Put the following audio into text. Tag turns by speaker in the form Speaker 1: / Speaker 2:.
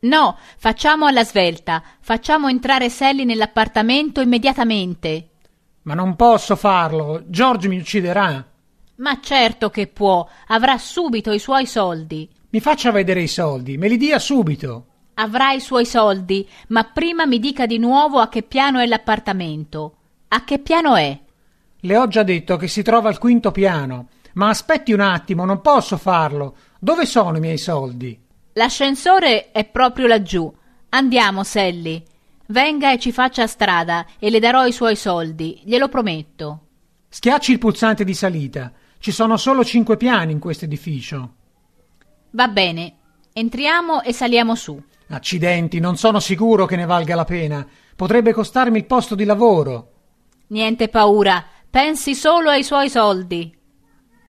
Speaker 1: No, facciamo alla svelta, facciamo entrare Sally nell'appartamento immediatamente.
Speaker 2: Ma non posso farlo, George mi ucciderà.
Speaker 1: Ma certo che può, avrà subito i suoi soldi.
Speaker 2: Mi faccia vedere i soldi, me li dia subito.
Speaker 1: Avrà i suoi soldi, ma prima mi dica di nuovo a che piano è l'appartamento. A che piano è?
Speaker 2: Le ho già detto che si trova al quinto piano. Ma aspetti un attimo, non posso farlo. Dove sono i miei soldi?
Speaker 1: L'ascensore è proprio laggiù. Andiamo, Sally. Venga e ci faccia strada e le darò i suoi soldi, glielo prometto.
Speaker 2: Schiacci il pulsante di salita. Ci sono solo cinque piani in questo edificio.
Speaker 1: Va bene. Entriamo e saliamo su.
Speaker 2: Accidenti, non sono sicuro che ne valga la pena. Potrebbe costarmi il posto di lavoro.
Speaker 1: Niente paura. Pensi solo ai suoi soldi.